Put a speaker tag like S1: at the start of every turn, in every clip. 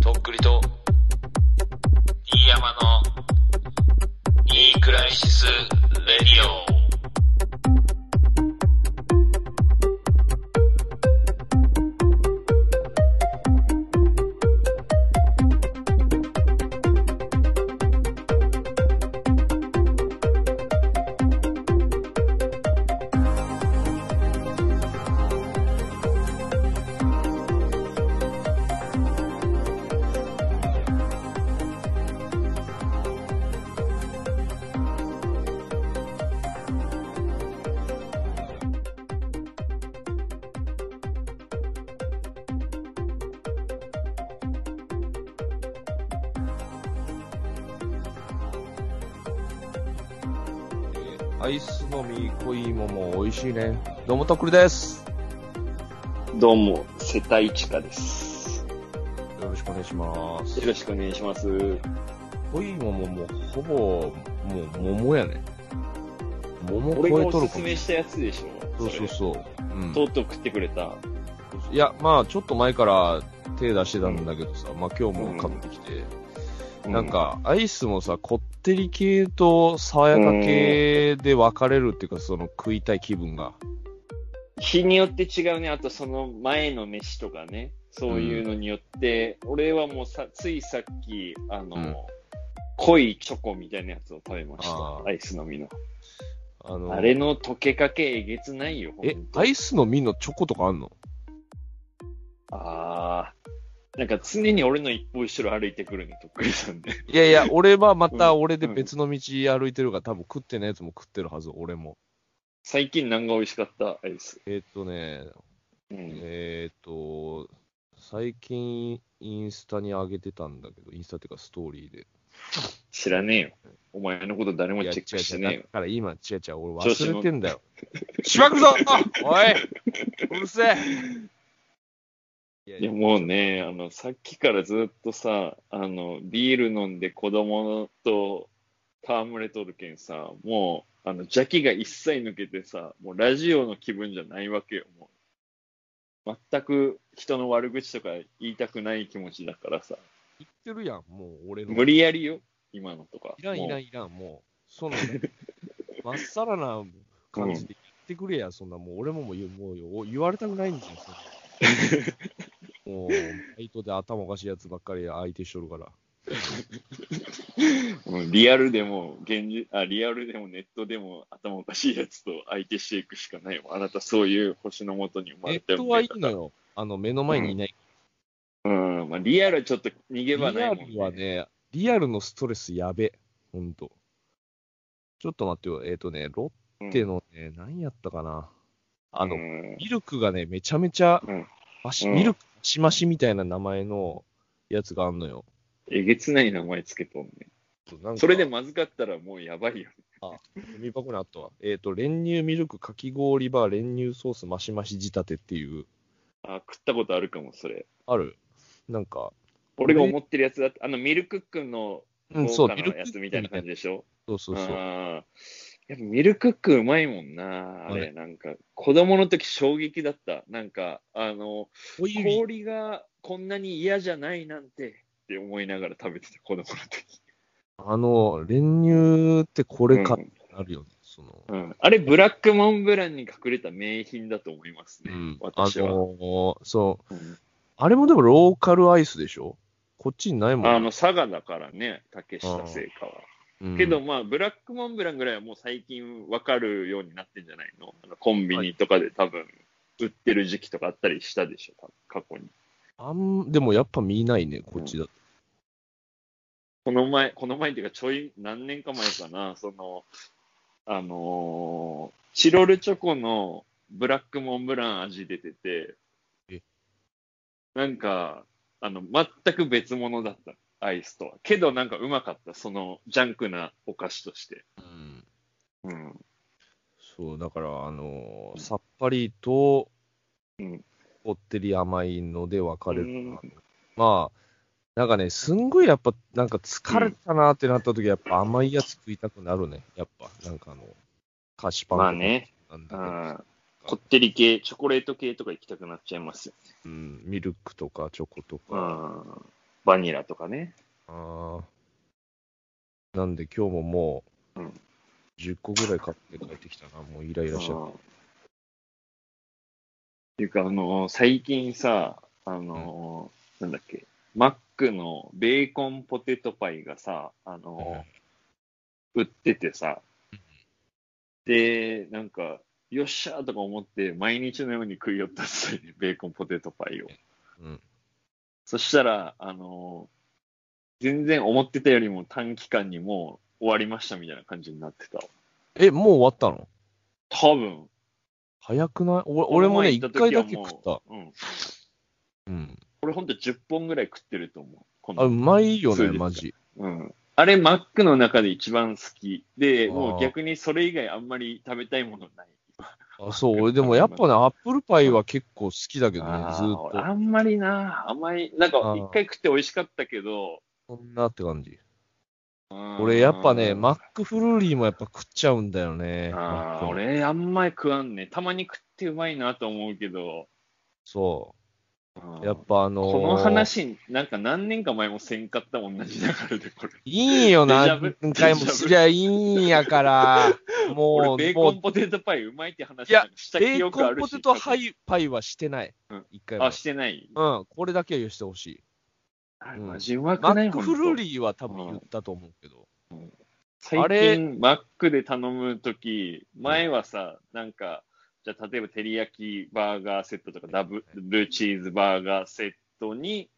S1: とっくりと、飯山の、いいクライシス・レディオ。
S2: アイスのみ、濃いもも、美味しいね。どうも、とっくりです。
S3: どうも、瀬田一華です。
S2: よろしくお願いします
S3: よ。ろしくお願いします。
S2: 濃いももも、ほぼ、もう、桃やね。桃
S3: 俺が
S2: 超えと
S3: おす
S2: るか
S3: す
S2: も。
S3: めしたやつでしょ
S2: そうそう
S3: そ
S2: そう。うん
S3: れ。とうとう食ってくれた。
S2: いや、まあ、ちょっと前から手出してたんだけどさ、まあ今日も買ってきて、なんか、アイスもさ、こってり系と爽やか系で分かれるっていうか、その食いたい気分が。
S3: うん、日によって違うね。あとその前の飯とかね。そういうのによって、俺はもうさ、ついさっき、あの、
S2: うん
S3: 濃いチョコみたいなやつを食べまし
S2: あ
S3: た。
S2: ー
S3: アイスの実の。
S2: あの、
S3: あれの溶けかけえげつないよ。
S2: え
S3: ほんと、
S2: アイスの実のチョコとかあんの
S3: あー。なんか常に俺の一歩後ろ歩いてくるね、とっくりさんで。
S2: いやいや、 俺はまた
S3: うん
S2: 俺で別の道歩いてるから、多分食ってないやつも食ってるはず、俺も。
S3: 最近何が美味しかったアイス。
S2: えーっとね、
S3: うん。
S2: えーっと、最近インスタに上げてたんだけど、インスタっていうかストーリーで。
S3: 知らねえよ。お前のこと誰も
S2: いや、
S3: チェックしてねえ
S2: 違う違う
S3: よ
S2: だ。から今、違う違う、俺
S3: 調子乗
S2: 忘れてんだよ。しまくるぞおいうるせえいや
S3: いや、もうね、あの、さっきからずっとさ、あの、ビール飲んで子供と戯れとるけんさ、もう、あの、邪気が一切抜けてさ、もうラジオの気分じゃないわけよ、もう。全く人の悪口とか言いたくない気持ちだからさ、
S2: 言ってるやん、もう俺の。
S3: 無理やりよ、今のとか。
S2: いらんいら
S3: も
S2: んいらん、もう。そうなんだよ。まっさらな感じで言ってくれや、そんな、もう俺ももう言うもうよ言われたくないんですよ。そんなもう、バイトで頭おかしいやつばっかり相手しとるから。
S3: ううんリアルで も、現実、あ、リアルでもネットでも頭おかしいやつと相手していくしかないよ。あなたそういう星のもとに生ま
S2: ネ
S3: れた
S2: ッ
S3: よ
S2: トはいいのよ。あの、目の前にいない。
S3: うん、まあ、リアルはちょっと逃げ
S2: リ
S3: 場ない
S2: ア
S3: もん、
S2: ルはね、リアルのストレスやべ。ほんと。ちょっと待ってよ。えっ、とね、ロ
S3: うん、
S2: ッテのね、何やったかな。あの、
S3: うん
S2: ミルクがね、めちゃめちゃ
S3: うん、
S2: マシ
S3: うん
S2: ミルクマシマシみたいな名前のやつがあんのよ。
S3: えげつない名前つけとんね。
S2: なんか
S3: それでまずかったらもうやばいよ。
S2: ゴミ箱にあったわ。えっ、と、練乳ミルクかき氷バー練乳ソースマシマシ仕立てっていう、
S3: あ、食ったことあるかも、それ。
S2: あるなんか、
S3: 俺が思ってるやつだって、あの、ミルクックンの
S2: うん、そ
S3: 豪
S2: う、
S3: 華
S2: ミ
S3: な
S2: ルク
S3: やつみたいな感じでしょ
S2: そうそうそう。
S3: あーやっぱミルクックンうまいもんな、あれ、なんか、子供の時衝撃だった。なんか、あの、
S2: 小指、
S3: 氷がこんなに嫌じゃないなんてって思いながら食べてた、子供の時。
S2: あの、練乳ってこれか、あるよね。その、
S3: うんあれ、ブラックモンブランに隠れた名品だと思います
S2: う
S3: ね、
S2: ん、あの
S3: 私は。
S2: ーそう。
S3: うん
S2: あれもでもローカルアイスでしょこっちにないもん。
S3: あの、佐賀だからね、竹下製菓は。
S2: うん
S3: けど、、まあ、ブラックモンブランぐらいはもう最近わかるようになってんじゃないのあのコンビニとかで多分、売ってる時期とかあったりしたでしょ、多分過去に。
S2: あん、でもやっぱ見ないね、こっちだと。
S3: この前、この前っていうか、ちょい、何年か前かな、その、あのーチロルチョコのブラックモンブラン味出てて
S2: え、
S3: なんか、あの、全く別物だった、アイスとは。けど、なんかうまかった、その、ジャンクなお菓子として。
S2: うん。
S3: うん。
S2: そう、だから、あのーさっぱりと、
S3: うん
S2: こってり甘いので分かれる
S3: うん
S2: な。まあ、なんかね、すんごいやっぱ、なんか疲れたなってなった時は、やっぱ甘いやつ食いたくなるね。やっぱ、なんかあの、菓子パンと
S3: ま
S2: か
S3: あね、
S2: なんだけど
S3: うん。こってり系、チョコレート系とか行きたくなっちゃいますよ。
S2: うん、ミルクとかチョコと
S3: うん
S2: か。。
S3: まバニラとかね。
S2: あーなんで今日ももう
S3: うん、
S2: 10個ぐらい買って帰ってきたな。もうイライラしちゃ
S3: う
S2: っ
S3: んっていうか、あの、最近さ、あの、なんだっけ、マックのベーコンポテトパイがさ、あの、売っててさ、で、なんか、よっしゃーとか思って、毎日のように食い寄ったんですよね、ベーコンポテトパイを。
S2: うん
S3: そしたら、あの、全然思ってたよりも短期間にもう終わりましたみたいな感じになってた。
S2: え、もう終わったの
S3: 多分。
S2: 早くないお俺もね、
S3: こ
S2: 1
S3: の前
S2: 回
S3: 行
S2: だ
S3: た
S2: け
S3: 時はもう
S2: 食った。。
S3: うん。
S2: うん。
S3: 俺ほんと10本ぐらい食ってると思う。こ
S2: あ、う
S3: の
S2: まいよ
S3: そう
S2: ね、
S3: ですか
S2: マジ。
S3: うん。あれ、マックの中で一番好き。で、
S2: あー
S3: もう逆にそれ以外あんまり食べたいものない。
S2: あ、そう。俺でもやっぱね、アップルパイは結構好きだけどね、
S3: あー
S2: ずーっ
S3: 俺
S2: と。
S3: あんまりな、甘い。なんか
S2: あ、ー
S3: 一回食って美味しかったけど、
S2: そんなって感じ。
S3: 俺
S2: 俺やっぱね、マックフルーリーもやっぱ食っちゃうんだよね。マッ
S3: あ
S2: ク
S3: ー
S2: の
S3: 俺、あんまり食わんね。たまに食ってうまいなと思うけど、
S2: そ
S3: うん
S2: う。やっぱあのー
S3: この話、なんか何年か前もせんかったもん同じ流れで、これ。
S2: いいよな、
S3: デジャブ
S2: 何回もすりゃいいんやから。も
S3: 俺、
S2: う、
S3: ベー
S2: も
S3: コ
S2: う
S3: ンポテトパイうまいって話
S2: いや
S3: した
S2: ベ
S3: 記
S2: ー
S3: 憶
S2: コ
S3: あ
S2: ン
S3: るし。
S2: ポテトハイパイはしてない
S3: うん。
S2: 一回も
S3: あ、。してない。
S2: うん、これだけは言してほしい。
S3: あれ
S2: うん
S3: マジうま
S2: マ
S3: くない
S2: ックフルー
S3: ー。
S2: リーは多分言ったと思うけど。
S3: 最
S2: あれ
S3: 近、マックで頼むとき、前はさ、なんか、じゃあ例えば、照り焼きバーガーセットとか、ダブルチーズバーガーセットに、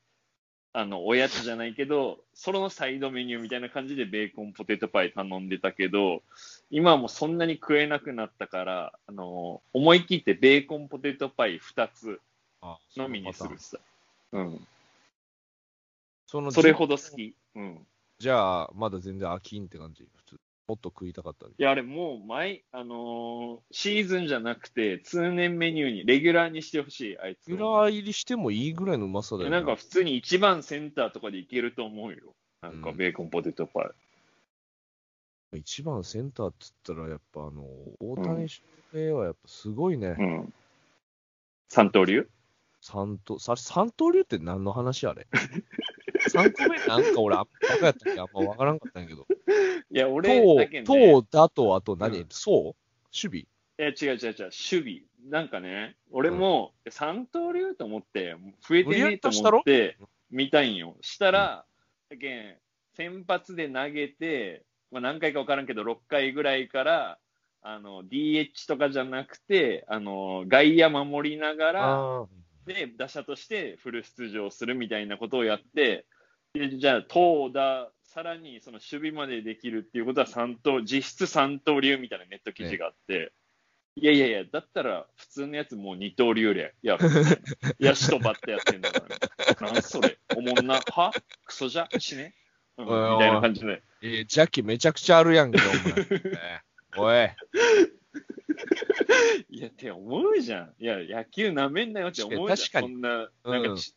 S3: あの、おやつじゃないけど、そのサイドメニューみたいな感じでベーコンポテトパイ頼んでたけど、今はもうそんなに食えなくなったから、あの、思い切ってベーコンポテトパイ2つ
S2: あ
S3: のみにするさ。うん。
S2: その
S3: それほど好き。うん。
S2: じゃあ、まだ全然飽きんって感じ。普通。もっと食いたかった。
S3: いや、あれもう毎、あのーシーズンじゃなくて、通年メニューに、レギュラーにしてほしい、あいつ
S2: グ
S3: を。
S2: ラ入りしてもいいぐらいのうまさだよね。
S3: なんか普通に一番センターとかでいけると思うよ。なんか
S2: うん
S3: ベーコンポテトパイ。
S2: 一番センターっつったら、やっぱあの、大谷翔平はやっぱすごいね。
S3: うん。三刀流
S2: 三刀、さ三刀流って何の話あれ 三個目なんか俺、あんバカやったっけあんまわからんかったんやけど。
S3: いや、俺だけね。
S2: 投、投だと、あと
S3: う
S2: 何
S3: ん
S2: そう守備
S3: いや、違う違う違う、守備。なんかね、俺も三刀流と思って、増えてねえと思って
S2: 無理やり足したろ
S3: 見たいんよ。したら、だけん、先発で投げて、まあ、何回か分からんけど、6回ぐらいから、あの、DH とかじゃなくて、あの、外野守りながら、
S2: あ
S3: で、打者としてフル出場するみたいなことをやって、でじゃあ、投打、さらにその守備までできるっていうことは三刀、実質三刀流みたいなネット記事があって、いやいやいや、だったら普通のやつもう二刀流で やるみたいな。ヤシとバッタやってんだから、なんそれ、おもんな、はクソじゃ死ね、うん、み
S2: おいおい
S3: たいな感じで。
S2: えージャッキめちゃくちゃあるやんけ、お 前。ね
S3: いや、って思うじゃん。いや、野球なめんなよって思うじ
S2: 確
S3: ゃ
S2: か
S3: ん。
S2: に
S3: こんな、
S2: うん
S3: なんかち、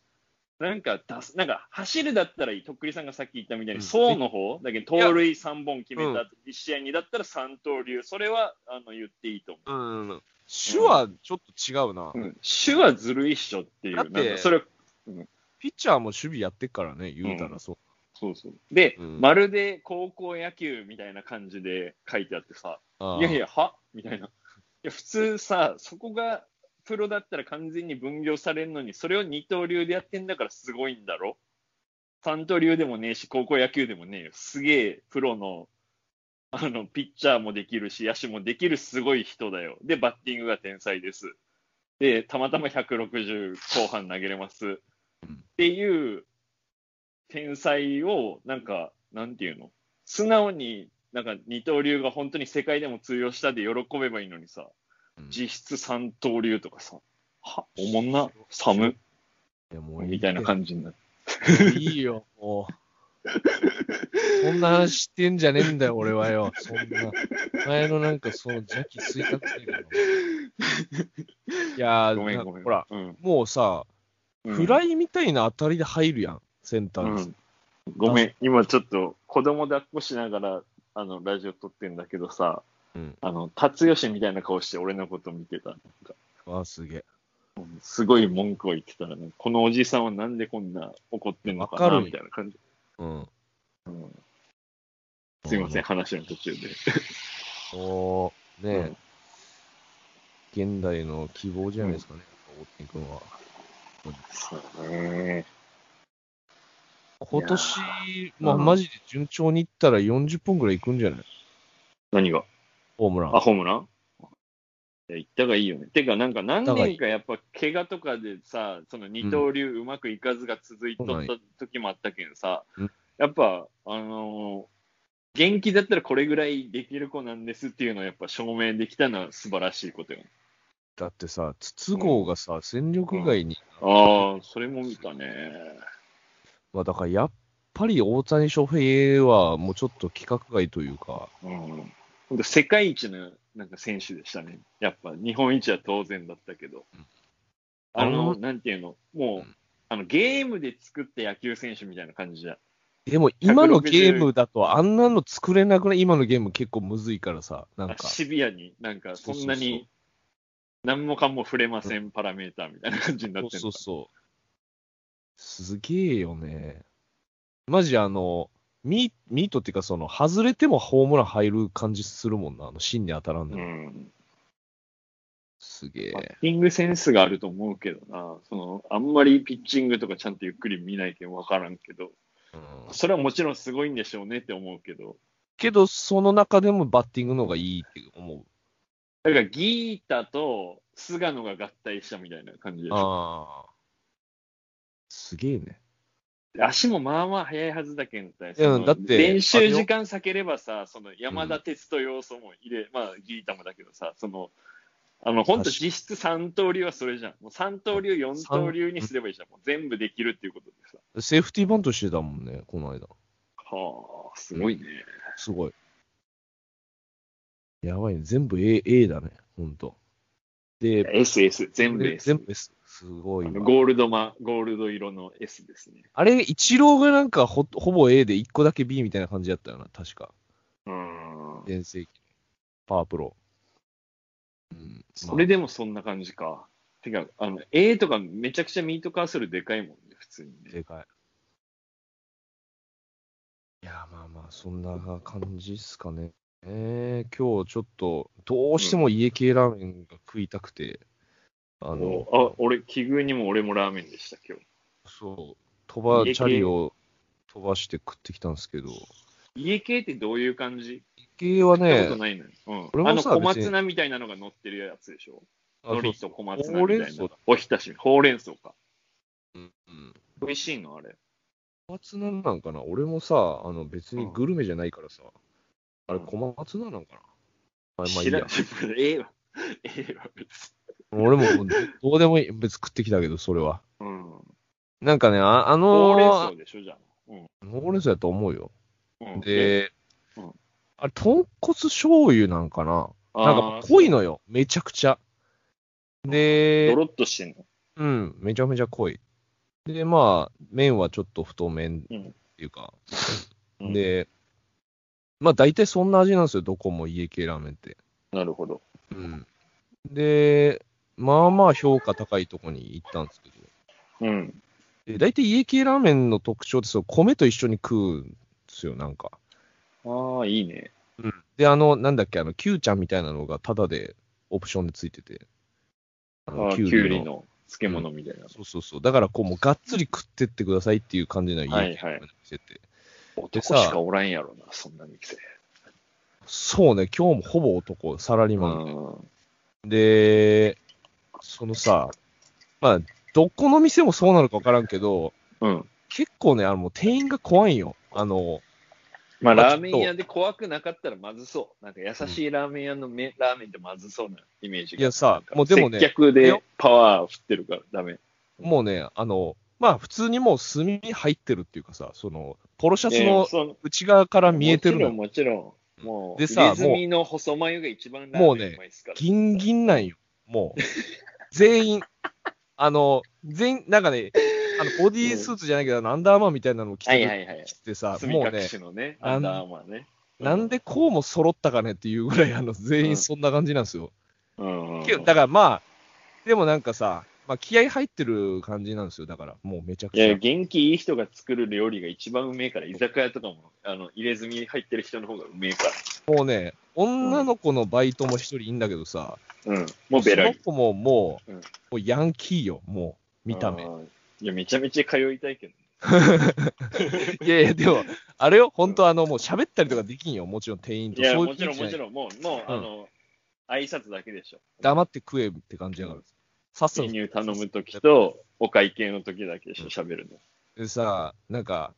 S3: なんか出す、なんか走るだったらいい。とっくりさんがさっき言ったみたいに、
S2: うん
S3: 層の方、だけど盗塁3本決め
S2: う
S3: た、1試合にだったら3盗塁、それはあの言っていいと思
S2: おい。うん。手はちょっと違うな。
S3: う。うん、手はずるいっしょっていう。
S2: だって
S3: なんかそれ
S2: ピッチャーも守備やってっからね、言うたらそう。
S3: そうそう。で、
S2: うん
S3: まるで高校野球みたいな感じで書いてあってさ、
S2: あー
S3: いやいや、はみたいな。いや、普通さ、そこがプロだったら完全に分業されるのに、それを二刀流でやってんだからすごいんだろ三刀流でもねえし、高校野球でもねえよ。すげえプロの、あの、ピッチャーもできるし、野手もできるすごい人だよ。で、バッティングが天才です。で、たまたま160後半投げれます。っていう天才を、なんか、なんていうの素直になんか二刀流が本当に世界でも通用したで喜べばいいのにさ、
S2: うん
S3: 実質三刀流とかさ、は、おもんな、サム
S2: いやもう
S3: みたいな感じになる。
S2: じ。いいよ、もう。そんな話してんじゃねえんだよ、俺はよ。そんな。前のなんか、その邪気吸いたくないから。いやー
S3: ごめんごめん。
S2: ほら、
S3: うん、
S2: もうさ、
S3: うん
S2: フライみたいな当たりで入るやん、センター
S3: う
S2: に。
S3: ん。ごめん、今ちょっと子供抱っこしながら、あの、ラジオ撮ってんだけどさ、
S2: うん
S3: あの、達吉みたいな顔して俺のこと見てた。
S2: わあ、すげえ。
S3: すごい文句を言ってたらね、このおじさんはなんでこんな怒ってんのか
S2: わか
S3: な
S2: る
S3: みたいな感じ。
S2: うん。
S3: うんすいません、話の途中で。
S2: もう、ね、現代の希望じゃないですかね、大谷君は。
S3: そうね。
S2: 今年、
S3: ー
S2: まあ、
S3: うん
S2: マジで順調にいったら40本ぐらいいくんじゃない
S3: 何が
S2: ホームラ
S3: あ、
S2: ン。
S3: ホームランいや、行ったがいいよね。てか、なんか何
S2: 行ったがい
S3: 年
S2: い
S3: かやっぱ怪我とかでさ、その二刀流うまくいかずが続いと
S2: そうな
S3: っ
S2: ん
S3: た
S2: や
S3: 時もあったけどさ、
S2: うん
S3: やっぱ、あのー元気だったらこれぐらいできる子なんですっていうのをやっぱ証明できたのは素晴らしいことよ。
S2: だってさ、筒香がさ、戦力外に、
S3: ああ、それも見たね。
S2: まあ、だからやっぱり大谷翔平はもうちょっと規格外というか、
S3: うん。本当世界一のなんか選手でしたね。やっぱ日本一は当然だったけど
S2: うん。
S3: あの、
S2: あの
S3: なんていうの、
S2: う、
S3: もうんあのゲームで作った野球選手みたいな感じじゃん。
S2: でも今のゲームだとあんなの作れなくない今のゲーム結構むずいからさ、なん
S3: あ
S2: か。
S3: シビアに、なんかそ
S2: そうそうそうん
S3: なに何もかも触れませんパラメーターみたいな感じになってる
S2: そうそうそう。すげえよね。マジあの、ミミートっていうかその、外れてもホームラン入る感じするもんな。あの、芯に当たらんで
S3: う
S2: も。
S3: ん。
S2: すげ
S3: バ
S2: え。
S3: ッティングセンスがあると思うけどな、その、あんまりピッチングとかちゃんとゆっくり見ないけんわからんけど、
S2: うん
S3: それはもちろんすごいんでしょうねって思うけど、
S2: けど、その中でもバッティングの方がいいって思う。
S3: だからギータと菅野が合体したみたいな感じでしょ
S2: ああ。すげえね。
S3: 足もまあまあ速いはずだけんさ
S2: いや
S3: その
S2: だって
S3: 練習時間避ければさ、その山田哲人要素も入れ、まあギータもだけどさ、その、あの、本当
S2: 確か
S3: 実質3刀流はそれじゃん。もう3刀流、4刀流にすればいいじゃん。もう全部できるっていうことでさ。
S2: セーフティーバントしてたもんね、この間。
S3: はあ、すごいね。
S2: すごい。やばいね。全部 A, A だね。ほんと。で、
S3: S、S、全部 S。
S2: 全部 S。すごい
S3: あ
S2: わ
S3: のゴールドマ、ゴールド色の S ですね。
S2: あれ、一郎がなんかほほぼ A で一個だけ B みたいな感じだったよな、確か。
S3: うん。
S2: 全盛期。パワープロ。うん。
S3: それでもそんな感じか。てか、あの、A とかめちゃくちゃミートカーソルでかいもんね、普通にね。
S2: でかい。いや、まあまあ、そんな感じっすかね。えー、今日ちょっと、どうしても家系ラーメンが食いたくて、あ
S3: あ
S2: の、
S3: あ、俺、奇遇にも俺もラーメンでした、今日。
S2: そう、飛ば、
S3: 家系
S2: チャリを飛ばして食ってきたんですけど、
S3: 家系ってどういう感じ
S2: 家系は
S3: 食った
S2: ね
S3: こと、ないのよ。うん。
S2: 俺もさ
S3: あの、小
S2: 別
S3: 松
S2: に
S3: 菜みたいなのが乗ってるやつでしょ
S2: あ
S3: 海
S2: そ
S3: 苔と
S2: う
S3: 小松菜みたいな
S2: ほうれん
S3: の
S2: 草。
S3: おひたし、ほうれん草か。
S2: うんうん
S3: 美味しいのあれ。
S2: 小松菜なんかな俺もさ、あの別にグルメじゃないからさ、あれ
S3: うん
S2: 小松菜なんかな、まあまあい
S3: 知
S2: い
S3: らん
S2: や。。
S3: ええわ。ええわ、別
S2: 俺もどうでもいい。別に食ってきたけど、それは。
S3: に。うん。ほ
S2: なんかね、あ、あ
S3: うれん
S2: の
S3: 草でしょ、じゃあ。うん
S2: ー、ほうれん草やと思うよ。
S3: うん。え、
S2: で、
S3: うん
S2: あれ、豚骨醤油なんかな
S3: あ
S2: なん
S3: ー
S2: か濃い。のよ。めちゃくちゃ。で
S3: ド、ロッとしてんの。
S2: うん、めちゃめちゃ濃い。で、まあ、麺はちょっと太麺っ
S3: うん
S2: ていうか、
S3: うん
S2: で、まあ大体そんな味なんですよ、どこも家系ラーメンって。
S3: なるほど。
S2: で、まあまあ評価高いとこに行ったんですけど、
S3: うん。
S2: で大体家系ラーメンの特徴ってそう、米と一緒に食うんですよ、なんか。
S3: ああ、いいね。
S2: で、あの、なんだっけ、あの、キューちゃんみたいなのがタダでオプションでついてて。あ
S3: ああ、きゅ
S2: キュウ
S3: う
S2: リ
S3: り
S2: の
S3: の漬物みたいな。
S2: そうそうそう。だから、こう、もう、がっつり食ってってくださいっていう感じの家系ラ
S3: はい
S2: ー
S3: はい
S2: メンの店って。
S3: 男しかおらんやろな、そんな店。
S2: そうね、今日もほぼ男、サラリー
S3: う
S2: マン
S3: ん。
S2: で。で、そのさ、まあ、どこの店もそうなのか分からんけど、
S3: うん。
S2: 結構ね、あの、もう店員が怖いんよ。あの、
S3: まあ、
S2: まあ
S3: ラーメン屋で怖くなかったらまずそう。なんか優しいラーメン屋のめ、ラーメンってまずそうなイメージが。
S2: いやさ
S3: なんか
S2: もうでもね
S3: 接客でパワー振ってるからダメ。
S2: もうね、あの、まあ、普通にもう炭入ってるっていうかさ、その、ポロシャツ
S3: ええ
S2: の
S3: そ
S2: 内側から
S3: の
S2: 見えてるのよ
S3: もちろん、もちろん。もう、
S2: でさ
S3: 入れ墨の細眉が一番ラーメンうまいっすから。
S2: ギンギンなんよ、もう。全員。あの、全員、なんかね、あの、ボディースーツじゃないけど、あのアンダーマンみたいなの着
S3: は
S2: て
S3: い
S2: る
S3: はいはい。
S2: 着てさ、
S3: 墨
S2: もう
S3: 隠
S2: ね、
S3: しのね、
S2: あん
S3: アンダーアーマーね。
S2: なんでこうも揃ったかねっていうぐらい、あの、全員そんな感じなんですよ。
S3: うん、うんうん
S2: けどだからまあ、でもなんかさ、まあ、気合入ってる感じなんですよ。だから、もうめちゃく
S3: い
S2: ちゃ。
S3: や、元気いい人が作る料理が一番うめえから、居酒屋とかも、あの、入れ墨入ってる人の方がうめえか
S2: もうね、女の子のバイトも一人いんだけどさ、
S3: ら。うん。もうベラ
S2: その子ももう、
S3: うん
S2: もうヤンキーよ、もう、見た目
S3: あ。ーいや、めちゃめちゃ通いたいけど。
S2: いやいや、でも、あれよ、本当あの、もう喋ったりとかできんよ、もちろん店員
S3: い
S2: と。
S3: や、
S2: そうい
S3: も
S2: う
S3: ちろん、もち
S2: ん。
S3: ろん、もう、もう、
S2: うん
S3: あの、挨拶だけでしょ。
S2: 黙って食えって感じだから。さっさ
S3: メ
S2: と
S3: ニュー頼むときと、お会計のときだけでしょ、喋るの。
S2: でさ、なんか、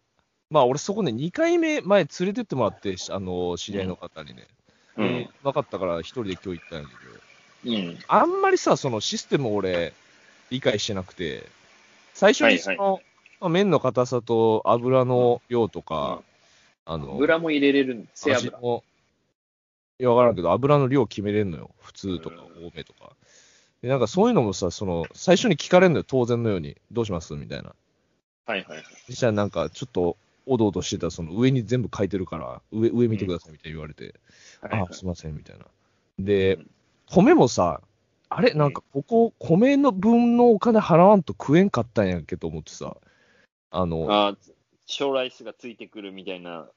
S2: まあ俺そこね、2回目前連れてってもらって、あの、知り合いの方にね。
S3: うん。
S2: なかったから一人で今日行ったんだけど、
S3: うん。
S2: あんまりさ、そのシステムを俺、理解してなくて、最初にその、まあ麺の硬さと油の量とか、あの、
S3: 油も入れれるの。背
S2: 味
S3: 脂。
S2: も、いや、わからんけど、油の量決めれんのよ。普通とか
S3: うん
S2: 多めとか。で、なんかそういうのもさ、その、最初に聞かれるのよ。当然のように。どうしますみたいな。
S3: はいはいはい。
S2: そしたらなんか、ちょっと、おどおどしてた、その上に全部書いてるから、上、上見てくださいみたいに言われて、
S3: はいはい
S2: あ、すいません、みたいな。で
S3: うん、
S2: 米もさ、あれ
S3: ん
S2: なんか、ここ、米の分のお金払わんと食えんかったんやけど思ってさ、あの、
S3: あー将来酢がついてくるみたいな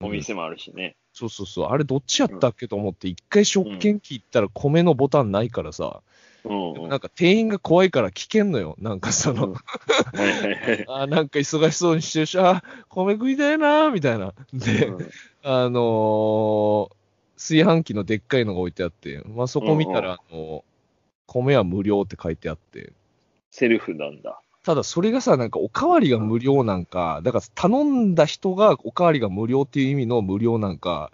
S3: お店もあるしね。
S2: そうそうそう、あれどっちやったっけと思って、一回食券機行ったら米のボタンないからさ、
S3: うん。うん
S2: なんか店員が怖いから聞けんのよ。なんかそ
S3: うん
S2: の、
S3: はいはい はい。
S2: あーなんか忙しそうにしてるし、あー、米食いたいなー、みたいな。で、
S3: うん
S2: あのー、炊飯器のでっかいのが置いてあって、まあそこ見たら、あの米は無料って書いてあって、
S3: セルフなんだ。
S2: ただそれがさ、なんかおかわりが無料なんか、だから頼んだ人がおかわりが無料っていう意味の無料なんか、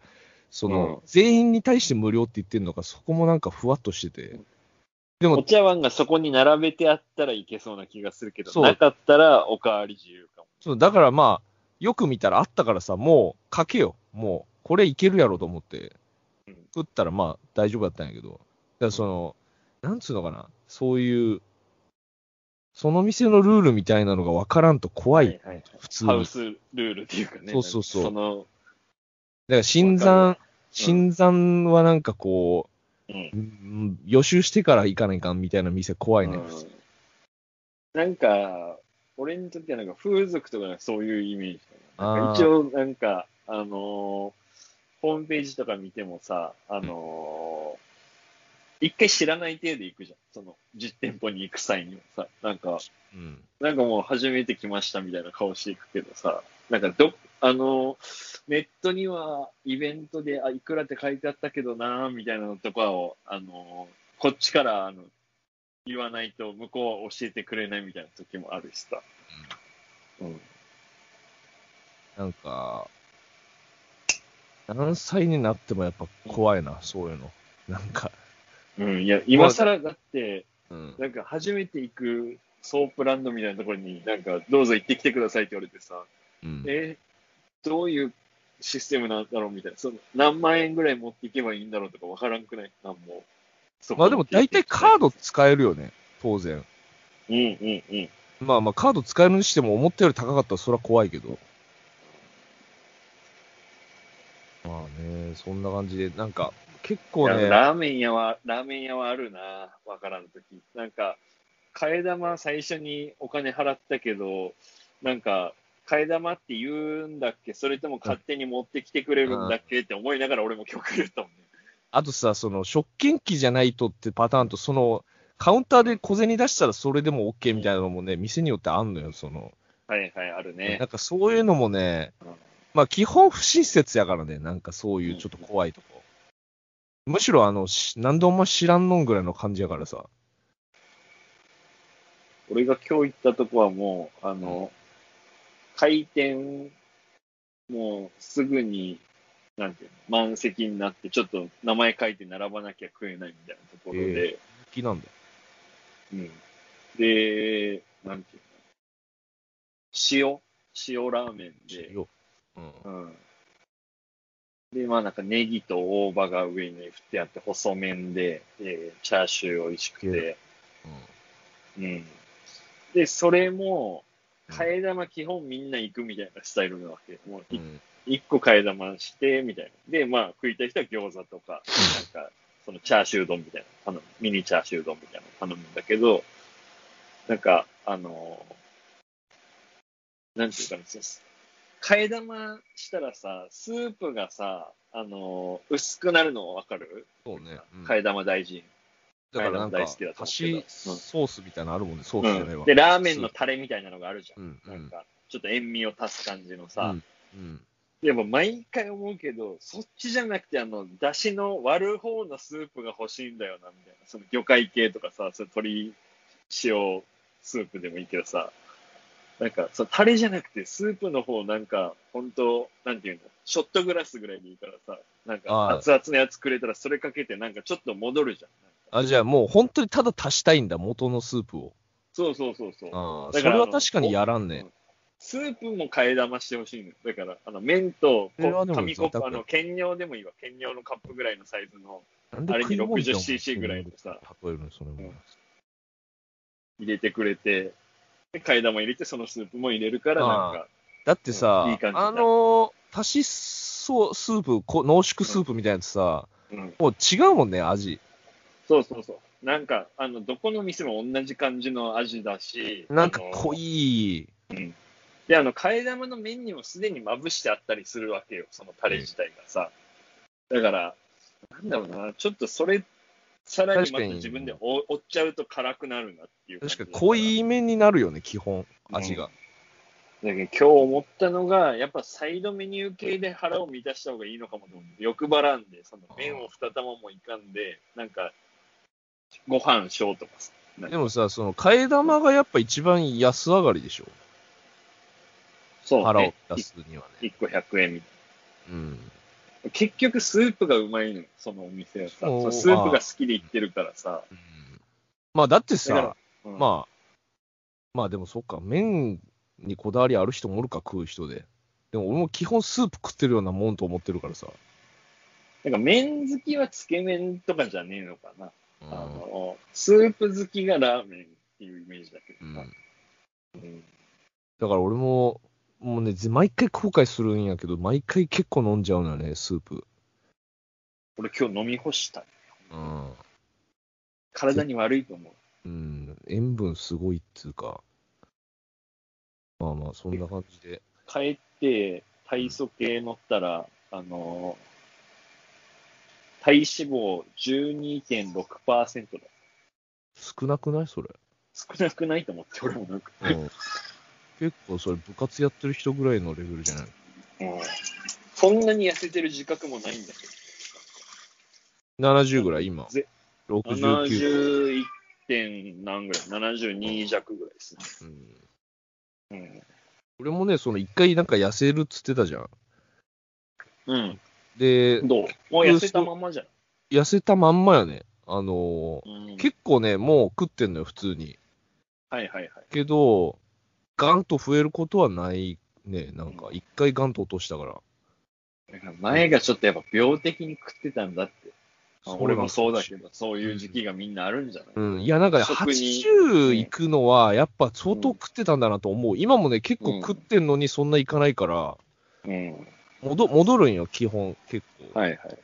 S2: その、
S3: うん
S2: 全員に対して無料って言ってるのか、そこもなんかふわっとしてて。でも
S3: お、茶碗がそこに並べてあったらいけそうな気がするけど、
S2: そう
S3: なかったらおかわり自由かも。
S2: そう、だからまあ、よく見たらあったからさ、もうかけよ。もう、これいけるやろと思って
S3: うん、
S2: 食ったらまあ大丈夫だったんやけど、だからその、なんつうのかな、そういう、その店のルールみたいなのがわからんと怖い、
S3: はいはいはい
S2: 普通に。
S3: ハ
S2: だ
S3: ウ
S2: か
S3: スルールっていうかね。
S2: そうそうそう
S3: なんかの、
S2: ら、新山、
S3: る
S2: 新山はなんかこ
S3: う
S2: う、
S3: ん。
S2: うん予習してから行かないかんみたいな店怖いね。
S3: うんなんか、俺にとってはなんか風俗とかがそういうイメージだな。なんか
S2: あー
S3: 一応なんか、あのーホームページとか見てもさ、あのー一回知らない程度行くじゃん。その、実店舗に行く際にもさ、なんか、
S2: うん。
S3: なんかもう初めて来ましたみたいな顔していくけどさ、なんかど、あの、ネットにはイベントで、あ、いくらって書いてあったけどな、みたいなのとかを、あの、こっちから、あの、言わないと向こうは教えてくれないみたいな時もあるしさ。うん。
S2: なんか、何歳になってもやっぱ怖いな、そういうの。なんか、
S3: うん、いや、今更だって、
S2: うん。
S3: なんか初めて行くソープランドみたいなところに、なんか、どうぞ行ってきてくださいって言われてさ、
S2: うん
S3: えーどういうシステムなんだろうみたいな、その何万円ぐらい持っていけばいいんだろうとかわからんくないなんも。そこ
S2: まあでも大体カード
S3: うん
S2: 使えるよね、当然。
S3: うんうん。
S2: まあまあカード使えるにしても思ったより高かったらそれは怖いけど。まあね、そんな感じで、なんか結構
S3: いや
S2: ね、
S3: ラーメン屋は、ラーメン屋はあるな、わからんとき。なんか、替え玉最初にお金払ったけど、なんか、替え玉って言うんだっけそれとも勝手に持ってきてくれるんだっけって思いながら俺も曲言ったもんね。
S2: あとさ、その食券機じゃないとってパターンと、そのカウンターで小銭出したらそれでも OK みたいなのもね、店によってあんのよ、その。
S3: はいはい、あるね
S2: なん。かそういうのもね
S3: うん、
S2: まあ基本不親切やからね、なんかそういうちょっと怖いとこ。むしろあの、しなんでお前知らんのんぐらいの感じやからさ。
S3: 俺が今日行ったとこはもう、あの、開店、もうすぐに、なんていうの、満席になって、ちょっと名前書いて並ばなきゃ食えないみたいなところで、
S2: 好きなんだよ。
S3: うん。で、なんていうの、塩、塩ラーメンで、
S2: ようん。
S3: うん。で、まあなんかネギと大葉が上に振ってあって、細麺で、でチャーシュー美味しくて、うん。で、それも、替え玉基本みんな行くみたいなスタイルなわけ。もう
S2: う
S3: い
S2: ん。
S3: 一個替え玉して、みたいな。で、まあ食いたい人は餃子とか、なんか、そのチャーシュー丼みたいなの頼む。ミニチャーシュー丼みたいなの頼むんだけど、なんか、あのーなんていうかな、そう替え玉したらさ、スープがさ、あのー薄くなるのわかる
S2: そうね。うん
S3: 替え玉大事。
S2: だからなんか、
S3: 大好きだと思う
S2: だ
S3: けど
S2: しソースみたいなのあるもんね、ソースじゃないわ。
S3: うんで、ラーメンのタレみたいなのがあるじゃん。
S2: うん、う
S3: なん
S2: ん。
S3: か、ちょっと塩味を足す感じのさ、
S2: うんうん。
S3: やっぱ毎回思うけど、そっちじゃなくて、あの、だしの割る方のスープが欲しいんだよな、みたいな。その魚介系とかさ、それ鶏塩スープでもいいけどさ、なんか、そのタレじゃなくて、スープの方なんか、本当なんていうの、ショットグラスぐらいでいいからさ、なんか、
S2: あー
S3: 熱々のやつくれたら、それかけて、なんかちょっと戻るじゃん。
S2: あ、じゃあもう本当にただ足したいんだ、元のスープを。
S3: そうそうそうそう。
S2: ああ、
S3: だ
S2: そ
S3: か
S2: れ
S3: ら
S2: は確かにやらんね。
S3: スープも替え玉してほしいのよ。だから、あの、麺と
S2: それ
S3: こ
S2: はで
S3: う、
S2: も
S3: 紙コッ
S2: 贅沢
S3: プ、あの、兼用でもいいわ。兼用のカップぐらいのサイズの、
S2: なん
S3: あ
S2: で
S3: れ
S2: 食
S3: に
S2: い物って思う
S3: 60cc ぐらいのさ
S2: 例えるの、それも。
S3: 入れてくれて、で、替え玉入れて、そのスープも入れるから、
S2: あ
S3: な
S2: あ
S3: んか、
S2: だってさ、
S3: うんいい感じだ
S2: あの、足しそうスープ、こ濃縮スープみたいなやつさ、
S3: うん。
S2: もう違うもんね、味。
S3: そうそうそう。なんか、あの、どこの店も同じ感じの味だし、
S2: なんか
S3: あの
S2: 濃い。
S3: で、あの、替え玉の麺にもすでにまぶしてあったりするわけよ、そのタレ自体がさ。だから、なんだろうな、ちょっとそれ、さらにまた
S2: 確かに
S3: 自分で追追っちゃうと辛くなるなっていう感じ
S2: 確
S3: だ。
S2: から濃い麺になるよね、基本、味が。
S3: だけど今日思ったのが、やっぱサイドメニュー系で腹を満たした方がいいのかもと思う。欲張らんで、その麺を二玉もいかんで、なんか、ご飯しようとかさ。
S2: でもさ、その、替え玉がやっぱ一番安上がりでしょ。
S3: そう
S2: 腹を
S3: ね。
S2: 出すにはね。
S3: 1個100円みたい
S2: うん。
S3: な。結局スープがうまいのよ、そのお店はさ。そ
S2: そう
S3: のスープが好きで行ってるからさ。
S2: うんまあ、だって
S3: だから
S2: さ、
S3: うん
S2: まあ、まあでもそっか、麺にこだわりある人もおるか、食う人で。でも俺も基本スープ食ってるようなもんと思ってるからさ。
S3: なんか麺好きはつけ麺とかじゃねえのかな。
S2: う
S3: あ
S2: ん。
S3: の、スープ好きがラーメンっていうイメージだけ
S2: う
S3: ど
S2: ん
S3: さ。うん
S2: だから俺も、もうね、ぜ毎回後悔するんやけど、毎回結構飲んじゃうのよね、スープ。
S3: 俺今日飲み干した。
S2: うん。
S3: 体に悪いと思う。
S2: うん、塩分すごいっつうか。まあまあ、そんな感じで。
S3: 帰って体組計乗ったら、あのー体脂肪12.6%だ。
S2: 少なくないそれ。
S3: 少なくないと思って、俺もなんか。
S2: うん。結構それ部活やってる人ぐらいのレベルじゃない
S3: そんなに痩せてる自覚もないんだけ
S2: ?70 ぐらい今
S3: ぜ。ど。
S2: 69。
S3: 71点何ぐらい ?72 弱ぐらいですね。
S2: うん
S3: うん
S2: 俺もね、その一回なんか痩せるっつってたじゃん。
S3: うん。
S2: で、
S3: どうもう痩せたままじゃん。
S2: 痩せたまんまやね。あの
S3: うん
S2: ー、結構ね、もう食ってんのよ、普通に。
S3: はいはいはい。
S2: けど、ガンと増えることはないね。なんか、一回ガンと落としたから。
S3: だから前がちょっとやっぱ病的に食ってたんだって。まあ
S2: それ
S3: 俺
S2: は
S3: もそうだけど、そういう時期がみんなあるんじゃない、
S2: うん、いや、なんかね、
S3: 食に
S2: 80行くのは、やっぱ相当食ってたんだなと思う。今もね、結構食ってんのにそんな行かないから、
S3: うん、
S2: 戻戻るんよ、基本、結構。
S3: はいはいはい。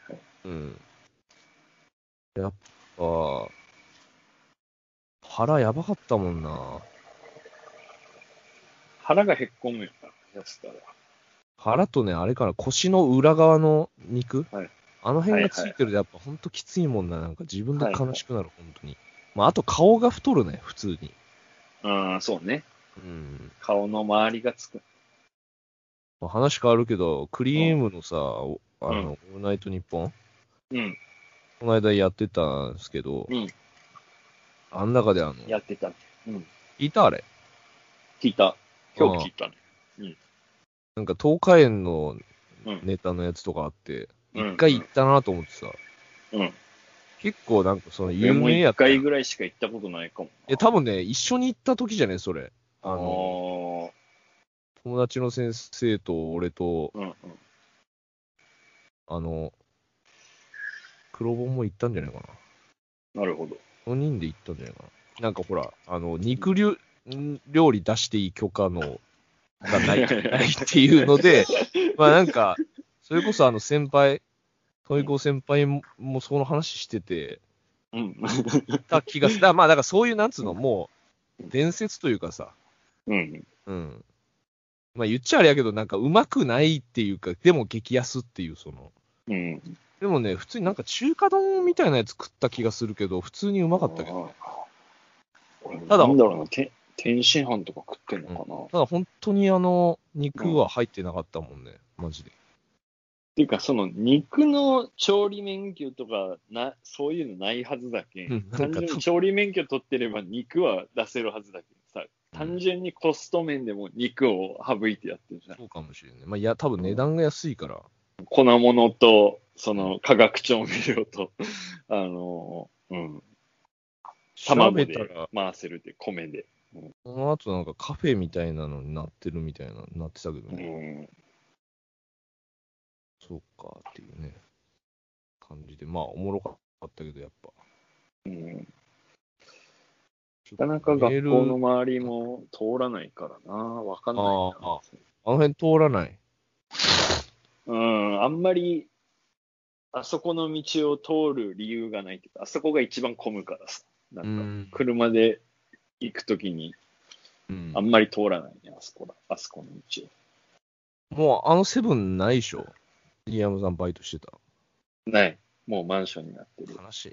S2: うん。やっぱ、腹やばかったもんな。
S3: 腹がへっこむよな、痩せたら。
S2: 腹とね、あれから腰の裏側の肉、
S3: はい
S2: あの辺がついてるとやっぱほんときついもんな。なんか自分で悲しくなる、本当に。まあ、あと顔が太るね、普通に。
S3: ああ、そうね。
S2: うん。
S3: 顔の周りがつく。
S2: まあ話変わるけど、クリームのさ、おあの、
S3: うん
S2: オールナイトニッポン、
S3: うん、
S2: この間やってたんですけど、
S3: うん
S2: あん中であの、
S3: やってたね。うん。
S2: いたあれ
S3: 聞いた。今日聞いたね。
S2: なんか東海園の
S3: うん
S2: ネタのやつとかあって、一、
S3: うん
S2: 回行ったなと思ってさ、
S3: うん。
S2: 結構なんかその
S3: 俺
S2: 有
S3: も
S2: 名や
S3: 一
S2: った。
S3: 回
S2: い
S3: ぐらいしか行ったことないかも。
S2: や、多分ね、一緒に行った時じゃねそれ。
S3: あの
S2: 友達の先生と俺と、
S3: ー、うんうん。
S2: あの、黒本も行ったんじゃないかな。
S3: なるほど。
S2: 4人で行ったんじゃないかな。なんかほら、あの、肉料ん料理出していい許可の、がない、ないっていうので、まあなんか、それこそあの先輩、トイコ先輩ももその話してて、
S3: うん。
S2: た気がすだからまあだからそういうなんつうの、もう、伝説というかさ、
S3: うん。
S2: うん。まあ言っちゃあれやけど、なんかうまくないっていうか、でも激安っていう、その。
S3: うん。
S2: でもね、普通になんか中華丼みたいなやつ食った気がするけど、普通にうまかったけど。
S3: 俺も
S2: ただ
S3: なんだろうな、て天津飯とか食ってんのかな。った
S2: だ本当にあの、肉は入ってなかったもんね、マジで。
S3: ていうか、その肉の調理免許とかな、そういうのないはずだけん。
S2: うんな
S3: 単
S2: んか
S3: 純に調理免許取ってれば肉は出せるはずだけどさ、単純にコスト面でも肉を省いてやってるじゃん。
S2: そうかもしれない。まあいや、多分値段が安いから。
S3: 粉物と、その化学調味料と、 あの、うん、
S2: 調
S3: 卵
S2: べ
S3: で
S2: たら、
S3: 回せるって、米で。
S2: その後なんかカフェみたいなのになってるみたいな、なってたけど
S3: う
S2: ね。
S3: ん。
S2: そうかっていうね、感じで。まあおもろかったけど、やっぱ。
S3: うん、
S2: ちょっと
S3: なかなか
S2: メー
S3: 学
S2: ル
S3: 校の周りも通らないからな、わかんないな
S2: あああの辺通らない。
S3: うん、あんまり、あそこの道を通る理由がないっていうか、あそこが一番混むからさ。な
S2: うん
S3: か、
S2: ん。
S3: 車で行くときに、
S2: うん
S3: あんまり通らないね、あそこだ、あそこの道を。
S2: もうあのセブンないでしょ。リアムさんバイトしてた。
S3: ない。もうマンションになってる。
S2: 悲しい。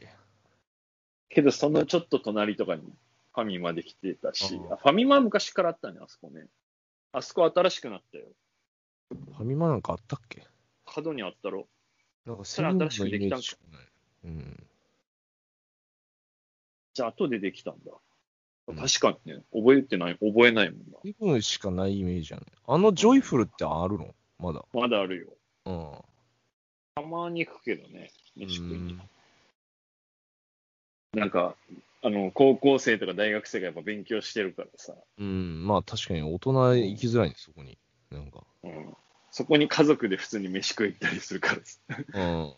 S3: けど、そのちょっと隣とかにファミマできてたし、
S2: あ
S3: あファミマは昔からあったね、あそこね。あそこ新しくなったよ。
S2: ファミマなんかあったっけ
S3: 角にあったろ。
S2: なんかセブンのイメ
S3: それ新しくできた
S2: ー
S3: んか
S2: ジしかない。うん。
S3: じゃあ、後でできたんだ。
S2: うん
S3: 確かにね、覚えてない、覚えないもんな。
S2: セブンしかないイメージやね。あのジョイフルってあるのまだ。
S3: まだあるよ。
S2: うん。
S3: たまに行くけどね、飯食いに
S2: うん。
S3: なんか、あの、高校生とか大学生がやっぱ勉強してるからさ、
S2: うん、まあ確かに大人行きづらいね、そこに。なんか。
S3: うん、そこに家族で普通に飯食い行ったりするからさ、
S2: うん。